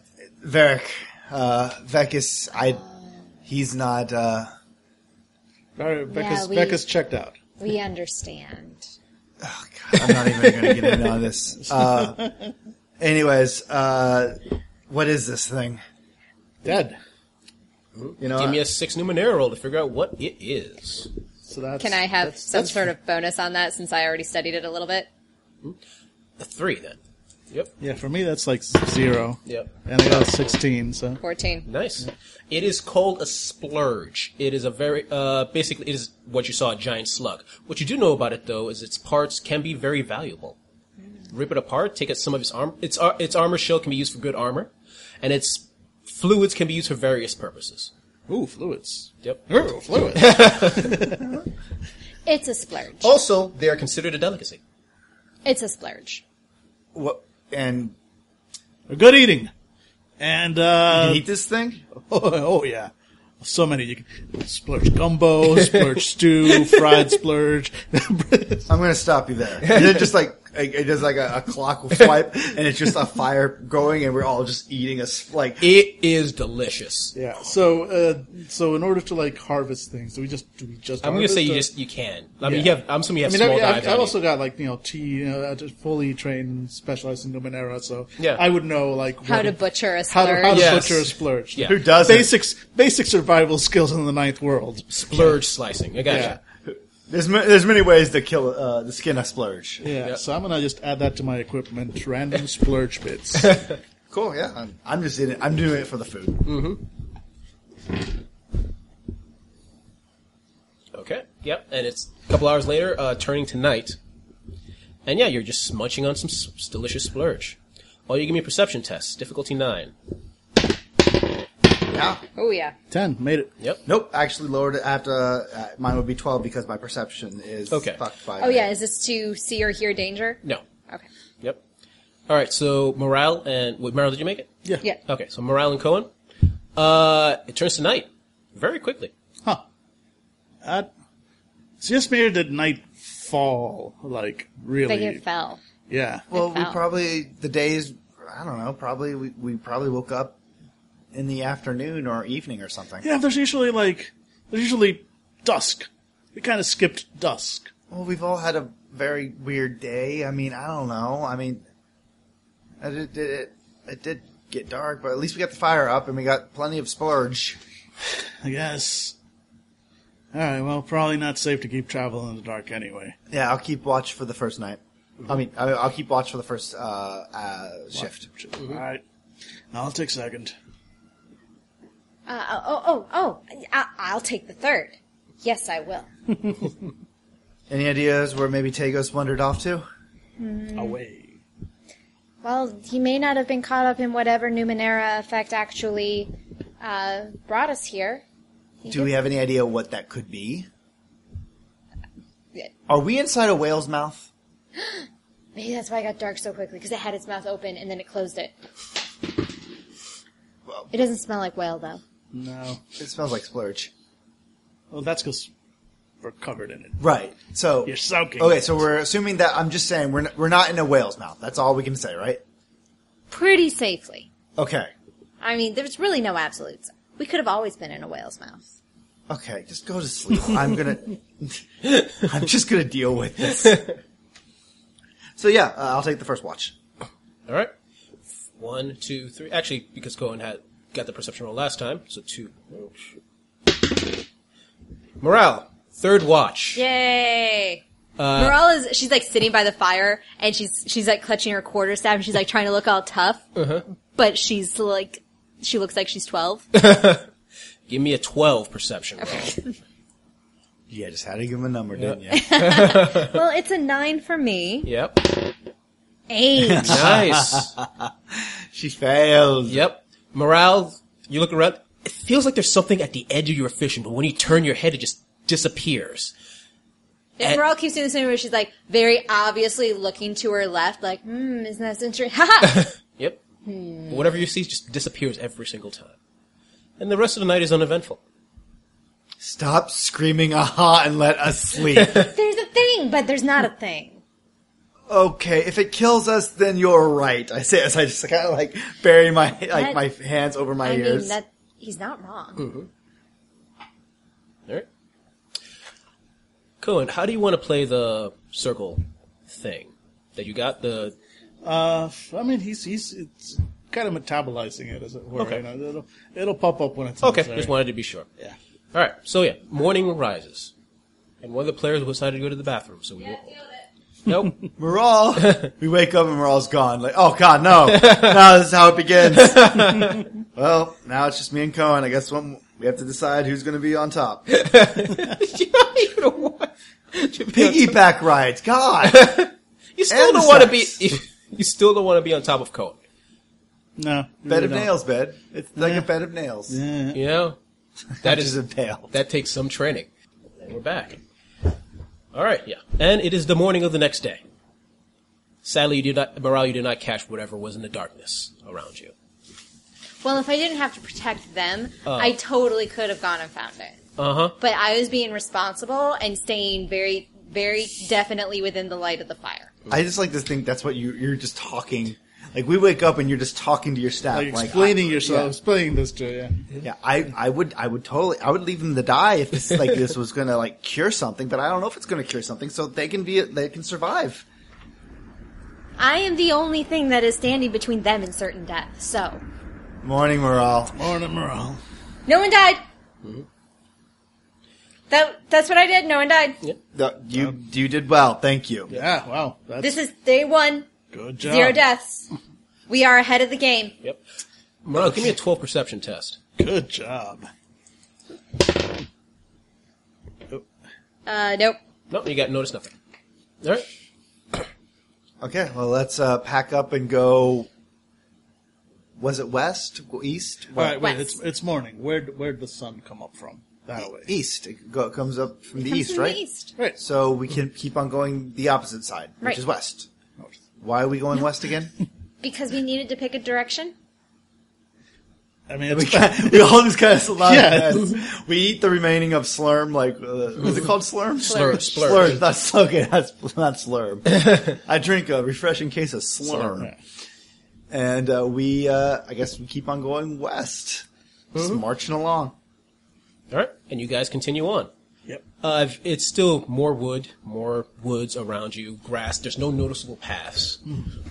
S5: Varric. Uh, Vekas, I, he's not, uh,
S6: All right, Becca's,
S8: Yeah, we-
S6: Becca's checked out.
S8: We understand.
S5: I'm not even going to get into all this. Uh, anyways, uh, what is this thing?
S6: Dead.
S5: You know,
S3: Give me a six numenera roll to figure out what it is.
S6: So that's
S4: Can I have
S6: that's-
S4: some
S6: that's-
S4: sort of bonus on that since I already studied it a little bit?
S3: A three, then. Yep.
S6: Yeah, for me that's like zero.
S3: Yep.
S6: And I got a sixteen. So
S4: Fourteen.
S3: Nice. It is called a splurge. It is a very, uh, basically, it is what you saw, a giant slug. What you do know about it, though, is its parts can be very valuable. Rip it apart, take out some of its arm, its, ar- its armor shell can be used for good armor, and its fluids can be used for various purposes.
S6: ooh, fluids.
S3: Yep.
S6: Ooh, fluids.
S4: It's a splurge.
S3: Also, they are considered a delicacy.
S4: It's a splurge.
S5: what, and
S6: Good eating. And uh,
S5: eat this thing?
S6: Oh, oh, yeah. So many. You can splurge gumbo, splurge stew, fried splurge.
S5: I'm going to stop you there. And then just like It it does like a, a clock swipe, and it's just a fire going, and we're all just eating a s- like.
S3: It is delicious.
S6: Yeah. So, uh, so in order to like harvest things, do we just do we just?
S3: I'm gonna say you
S6: harvest or-
S3: just you can. I mean, you
S6: Yeah.
S3: have. I'm assuming you
S6: I
S3: have
S6: mean,
S3: small
S6: I, I,
S3: dives.
S6: I
S3: on
S6: also
S3: you.
S6: got like you know tea, you know, I just fully trained, specialized in Numenera, so
S3: Yeah.
S6: I would know like
S4: How
S6: what-
S4: to butcher a
S6: how to, how
S4: splurge.
S6: to
S3: Yes.
S6: butcher a splurge.
S3: Yeah.
S5: Who doesn't?
S6: Basics, basic survival skills in the ninth world.
S3: splurge slicing. I gotcha.
S6: Yeah.
S5: There's ma- there's many ways to kill uh, the skin a splurge.
S6: Yeah, so I'm gonna just add that to my equipment. Random splurge bits.
S5: Cool, yeah. Mm. I'm, I'm just in it. I'm doing it for the food.
S3: Okay. Yep. And it's a couple hours later, uh, turning to night. And yeah, you're just smudging on some s- delicious splurge. Oh, you give me a perception test, difficulty nine.
S5: Yeah.
S4: Oh yeah.
S6: Ten made it.
S3: Yep.
S5: Nope. Actually, lowered it at uh, uh, mine would be twelve because my perception is
S3: Okay.
S5: fucked by.
S4: Oh yeah. Is this to see or hear danger?
S3: No.
S4: Okay.
S3: Yep. All right. So morale and what morale did you make it?
S4: Yeah.
S3: Okay. So morale and Cohen. Uh, it turns to night very quickly.
S6: Huh. Uh, it's just made the night fall like really.
S8: Like it fell.
S6: Yeah.
S5: Well, we
S8: fell.
S5: probably the days. I don't know. Probably we, we probably woke up in the afternoon or evening or something.
S6: Yeah, there's usually like there's usually dusk. We kind of skipped dusk.
S5: Well, we've all had a very weird day. I mean, I don't know. I mean, it it, it, it did get dark, but at least we got the fire up and we got plenty of splurge.
S6: I guess. All right. Well, probably not safe to keep traveling in the dark anyway.
S5: Yeah, I'll keep watch for the first night. I mean, I- I'll keep watch for the first uh, uh, shift.
S3: Mm-hmm.
S6: All right. I'll take second.
S8: Uh, oh, oh, oh, oh. I, I'll take the third. Yes, I will.
S5: Any ideas where maybe Tagos wandered off to?
S8: Mm-hmm.
S6: Away.
S8: Well, he may not have been caught up in whatever Numenera effect actually uh, brought us here.
S5: Do we have any idea what that could be?
S4: Yeah.
S5: Are we inside a whale's mouth?
S8: Maybe that's why it got dark so quickly, because it had its mouth open and then it closed it. It doesn't smell like whale, though.
S6: No.
S5: It smells like splurge.
S6: Well, that's because we're covered in it.
S5: Right. So
S6: You're soaking.
S5: Okay, so we're assuming that I'm just saying we're n- we're not in a whale's mouth. That's all we can say, right?
S4: Pretty safely.
S5: Okay.
S4: I mean, there's really no absolutes. We could have always been in a whale's mouth.
S5: Okay, just go to sleep. I'm gonna. I'm just gonna deal with this. So yeah, uh, I'll take the first watch.
S3: All right. One, two, three. Actually, because Cohen had got the perception roll last time, so two. Oh, Morale. Third watch.
S4: Yay! Morale is she's like sitting by the fire and she's she's like clutching her quarter staff and she's like trying to look all tough, but she's like she looks like she's twelve.
S3: Give me a twelve perception roll.
S5: Yeah, just had to give him a number, didn't you?
S4: well, it's a nine for me.
S3: Yep.
S4: Eight.
S3: Nice.
S5: she failed.
S3: yep. Morale. You look around. It feels like there's something at the edge of your vision, but when you turn your head, it just disappears.
S4: And Morale keeps doing the same where she's like very obviously looking to her left, like, hmm, isn't that interesting? Ha ha!
S3: Yep. Whatever you see just disappears every single time. And the rest of the night is uneventful.
S5: Stop screaming aha and let us sleep.
S8: There's a thing, but there's not a thing.
S5: okay, if it kills us, then you're right. I say as I just kind of like bury my like
S4: That-
S5: my hands over my
S4: I
S5: ears.
S4: mean, that he's not wrong.
S3: All right. Cohen, how do you want to play the circle thing that you got? The
S6: Uh, I mean, he's he's it's kind of metabolizing it, as it were.
S3: Okay.
S6: You know? it'll, it'll pop up when it's
S3: okay.
S6: necessary.
S3: Just wanted to be sure.
S6: Yeah.
S3: All right. So yeah, morning rises, and one of the players will decide to go to the bathroom. So we will. Nope.
S5: Moral, we wake up and Moral's gone. Like, oh god, no! now this is how it begins. well, now it's just me and Cohen. I guess one, we have to decide who's going to be on top.
S3: you don't even want.
S5: Piggyback rides, God.
S3: You still
S5: And
S3: don't want to be.
S5: sex.
S3: You still don't want to be on top of Cohen.
S6: No.
S5: bed
S6: really
S5: of
S6: don't.
S5: nails, bed. It's like
S6: Yeah.
S5: a bed of nails.
S6: Yeah.
S3: You know, that
S5: Just
S3: is
S5: a nail.
S3: that takes some training. And we're back. All right, yeah. And it is the morning of the next day. Sadly, you did not, morale, you did not catch whatever was in the darkness around you.
S4: Well, if I didn't have to protect them, I totally could have gone and found it.
S3: Uh huh.
S4: But I was being responsible and staying very, very definitely within the light of the fire.
S5: I just like to think that's what you you're just talking. Like we wake up and you're just talking to your staff,
S6: Like
S5: like
S6: explaining
S5: I-
S6: yourself,
S5: yeah.
S6: explaining this to you.
S5: Yeah, I, I would I would totally I would leave them to die if this like this was gonna like cure something, but I don't know if it's gonna cure something, so they can be they can survive.
S4: I am the only thing that is standing between them and certain death. So
S5: Morning morale.
S6: Morning, morale.
S4: no one died. That that's what I did. No one died.
S5: The- You Um, you did well, thank you.
S6: Yeah, wow, that's
S4: This is day one,
S6: good job.
S4: zero deaths. We are ahead of the game.
S3: Yep. Morale, give me a 12 perception test.
S6: Good job.
S4: Uh, nope.
S3: No, you got notice nothing. All right.
S5: Okay, well let's uh, pack up and go. Was it west, east,
S6: All right, wait,
S4: West.
S6: it's it's morning. Where where would the sun come up from? That way.
S5: east? It go, comes up from the
S4: Comes
S5: east,
S4: from
S5: right?
S4: The east.
S6: Right.
S5: So we can keep on going the opposite side, which
S4: Right.
S5: is west.
S6: North.
S5: Why are we going west again?
S4: Because we needed to pick a direction.
S6: I mean, it's
S5: we all just kind of slide.
S6: Yeah.
S5: We eat the remaining of slurm, like, uh, is it called slurm?
S3: Slurm. Slurm.
S5: Slurm. That's okay. That's not slurm. I drink a refreshing case of slurm. And uh, we, uh, I guess we keep on going west. Just marching along.
S3: All right. And you guys continue on.
S6: yep.
S3: Uh, if- it's still more wood, more woods around you, grass. There's no noticeable paths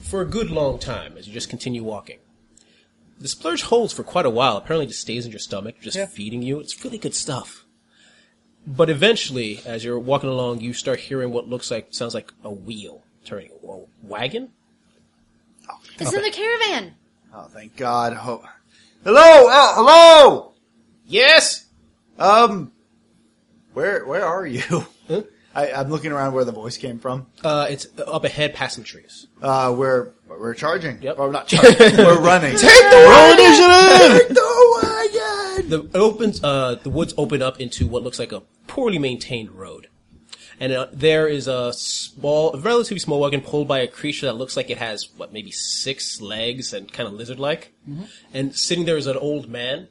S3: for a good long time as you just continue walking. The splurge holds for quite a while. Apparently, it just stays in your stomach, just
S6: Yeah.
S3: feeding you. It's really good stuff. But eventually, as you're walking along, you start hearing what looks like sounds like a wheel turning. A wagon?
S4: It's another caravan.
S5: Oh, thank God. Oh. Hello, uh, hello.
S3: Yes.
S5: Um, where where are you? I, I'm looking around where the voice came from.
S3: Uh, it's up ahead, past some trees.
S5: Uh, we're we're charging.
S3: Yep.
S5: Or not charging. we're running. Take the wagon!
S3: The it opens, uh, the woods open up into what looks like a poorly maintained road, and uh, there is a small, relatively small wagon pulled by a creature that looks like it has what, maybe six legs and kind of lizard-like. And sitting there is an old man,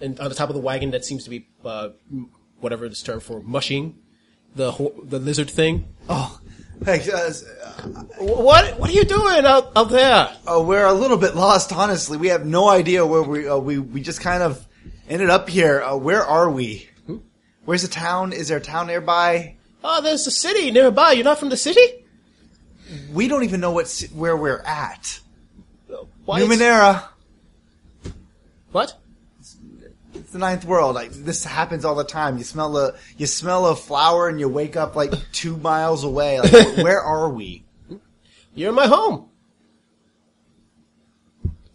S3: and on the top of the wagon that seems to be uh, m- whatever this term for mushing the ho- the lizard thing.
S5: Oh, hey, uh, s- uh,
S3: Wh- What what are you doing out out there?
S5: oh, we're a little bit lost, honestly. We have no idea where we uh, we we just kind of ended up here. Uh, where are we? Where's the town? Is there a town nearby?
S3: Oh, there's a city nearby. You're not from the city?
S5: We don't even know what ci- where we're at.
S3: Why is-
S5: Numenera,
S3: What?
S5: it's the ninth world. Like this happens all the time. You smell a you smell a flower and you wake up like two miles away. Like, wh- where are we?
S3: You're in my home.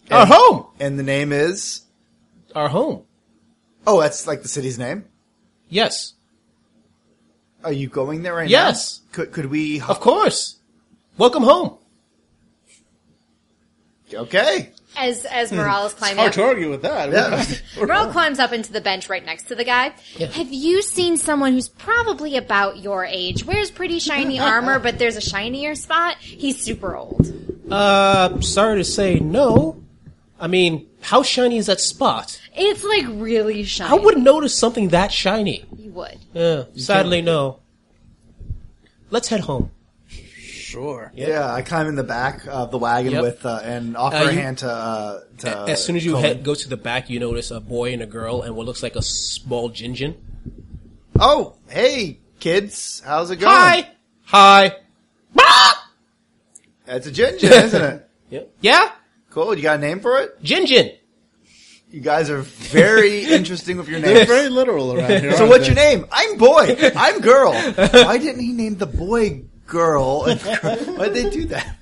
S3: Our home.
S5: And the name is
S3: Our home.
S5: oh, that's like the city's name.
S3: Yes.
S5: Are you going there right now?
S3: Yes.
S5: Could could we?
S3: Of course. Welcome home.
S5: Okay.
S4: As as Morale is climbing
S6: Hmm. Hard
S4: up,
S6: to argue with that.
S5: Yeah.
S4: Morale climbs up into the bench right next to the guy.
S8: Have you seen someone who's probably about your age? Wears pretty shiny armor, but there's a shinier spot.
S4: He's super old.
S3: Uh, sorry to say no. I mean, how shiny is that spot?
S4: It's like really shiny.
S3: I wouldn't notice something that shiny.
S4: You would.
S3: Yeah, sadly, no. Let's head home.
S6: Sure.
S5: Yeah, I climb in the back of the wagon
S3: Yep.
S5: with uh, and offer
S3: Uh,
S5: a
S3: you-
S5: hand to. Uh, to
S3: As soon as you
S5: Coleman.
S3: head, go to the back, you notice a boy and a girl and what looks like a small gingin.
S5: Oh, hey kids, how's it going?
S3: Hi! Hi!
S5: That's a ginger, isn't it?
S3: Yeah? yeah?
S5: Cool. You got a name for it?
S3: Gingin!
S5: You guys are very interesting with your
S6: They're
S5: names.
S6: very literal around here.
S5: so what's your name? I'm boy. I'm girl. Why didn't he name the boy girl? And girl- Why'd they do that?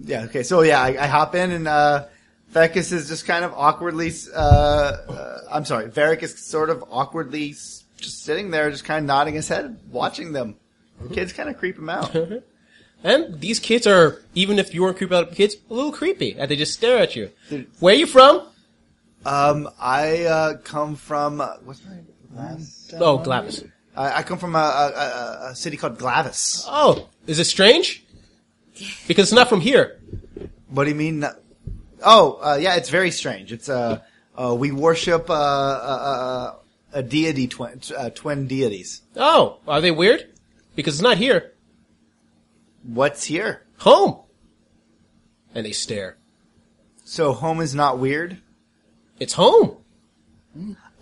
S5: Yeah. Okay. So yeah, I, I hop in and uh, Fecus is just kind of awkwardly. Uh, uh, I'm sorry. Varric is sort of awkwardly s- just sitting there, just kind of nodding his head, watching them. The kids kind of creep him out.
S3: And these kids are, even if you weren't creepy out kids, a little creepy. And they just stare at you. Where you from?
S5: Um, I uh, come from uh, what's my last?
S3: Oh, Glavis.
S5: I, I come from a, a, a- a, a city called Glavis.
S3: Oh, is it strange? Because it's not from here.
S5: What do you mean? not- Oh, uh, yeah, it's very strange. It's uh, uh, we worship uh, uh, a deity, twin, uh, twin deities.
S3: Oh, are they weird? Because it's not here.
S5: What's here?
S3: Home! And they stare.
S5: So home is not weird.
S3: It's home!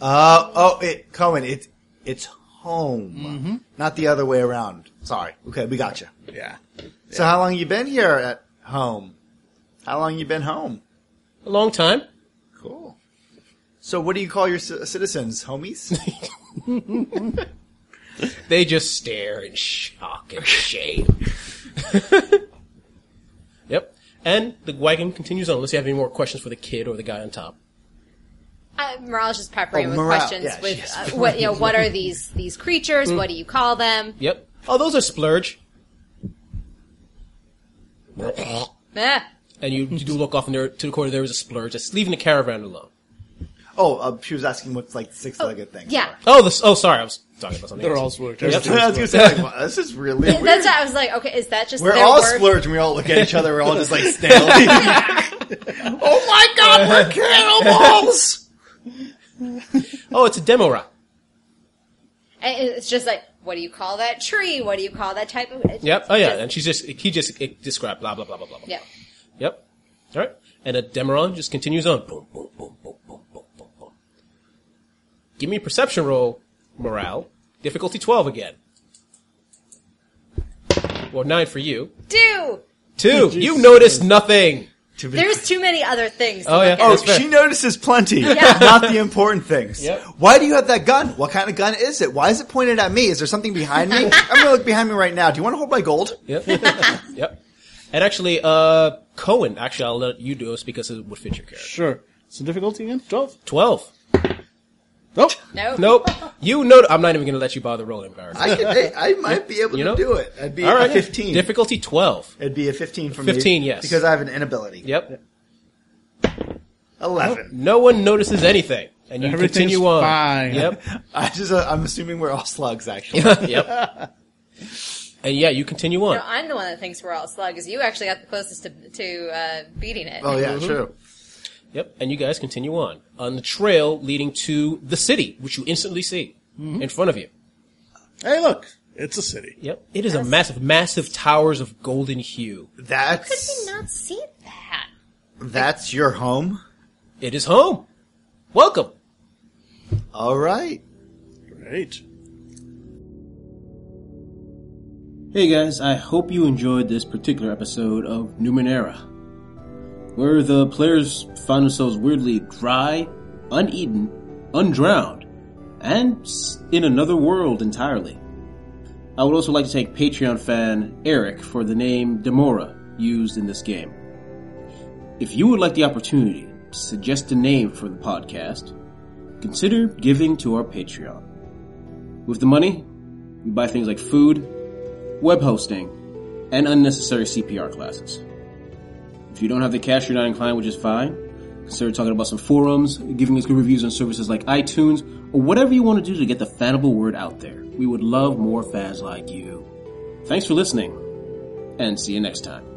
S5: Uh oh, it Cohen, it it's home, not the other way around. Sorry. Okay, we got you.
S6: Yeah.
S5: So how long you been here at home? How long you been home?
S3: A long time.
S5: Cool. So what do you call your ci- citizens, homies?
S3: They just stare in shock and shame. yep. And the wagon continues on, unless you have any more questions for the kid or the guy on top.
S4: Uh, Morale's just peppering
S5: Oh,
S4: with
S5: morale.
S4: questions
S5: Yeah,
S4: with uh, what you know. What are these these creatures? What do you call them?
S3: Yep. Oh, those are splurge.
S4: Eh.
S3: And you, you do look off in there to the corner. There is a splurge that's leaving the caravan alone.
S5: oh, uh, she was asking what's like six legged thing.
S4: Yeah,
S3: Oh, this. Oh, sorry, I was talking about something.
S6: They're all
S3: else.
S6: splurge.
S5: I was gonna say like, wow, this is really
S4: Th-
S5: weird.
S4: that's what I was like. Okay, is that just
S5: we're
S4: their
S5: all
S4: word?
S5: splurged and we all look at each other. We're all just like standing. oh my god, we're cannibals!
S3: Oh, it's a demora.
S4: And It's just like what do you call that tree? What do you call that type of? it's
S3: Yep. Oh yeah.
S4: just-
S3: And she's just he just it described blah blah blah blah blah. blah.
S4: yeah.
S3: Yep. All right. And a Demeron just continues on. Boom, boom, boom, boom, boom, boom, boom, boom. Give me a perception roll, morale. Difficulty 12 again. Well, 9 for you.
S4: Do
S3: 2. you notice nothing.
S4: there's too many other things. to
S3: Oh,
S4: look
S3: yeah.
S4: at.
S5: Oh,
S3: That's fair.
S5: she notices plenty, not the important things.
S3: Yep.
S5: Why do you have that gun? What kind of gun is it? Why is it pointed at me? Is there something behind me? I'm gonna look behind me right now. Do you want to hold my gold?
S3: Yep. yep. And actually, uh, Cohen, actually, I'll let you do this because it would fit your character.
S6: Sure. So difficulty again? 12?
S3: 12.
S6: Nope.
S4: Nope.
S3: Nope. You know, I'm not even going to let you bother rolling, Baron.
S5: I could, hey, I might be able
S3: You
S5: to
S3: know?
S5: do it. I'd be
S3: All right.
S5: a 15.
S3: Difficulty 12.
S5: It'd be a 15 for me.
S3: 15, yes.
S5: Because I have an inability.
S3: Yep.
S5: 11.
S3: No one notices anything. And you
S6: Everything's
S3: continue on.
S6: fine.
S3: Yep.
S5: I just, uh, I'm assuming we're all slugs, actually.
S3: yep. And yeah, you continue on.
S4: No, I'm the one that thinks we're all slugs. You actually got the closest to to uh, beating it.
S5: oh,
S3: Mm-hmm.
S5: yeah, true.
S3: Yep. And you guys continue on on the trail leading to the city, which you instantly see
S6: Mm-hmm.
S3: in front of you.
S6: Hey, look. It's a city.
S3: Yep. It is a massive, massive towers of golden hue.
S8: Could we
S5: That's,
S8: not see that?
S5: that's your home?
S3: It is home. Welcome.
S5: All right.
S6: Great.
S1: Hey guys, I hope you enjoyed this particular episode of Numenera, where the players found themselves weirdly dry, uneaten, undrowned, and s- in another world entirely. I would also like to thank Patreon fan Eric for the name Demora used in this game. If you would like the opportunity to suggest a name for the podcast, consider giving to our Patreon. With the money, we buy things like food, web hosting, and unnecessary CPR classes. If you don't have the cash you're not inclined, which is fine, consider talking about some forums, giving us good reviews on services like iTunes, or whatever you want to do to get the fanable word out there. We would love more fans like you. Thanks for listening, and see you next time.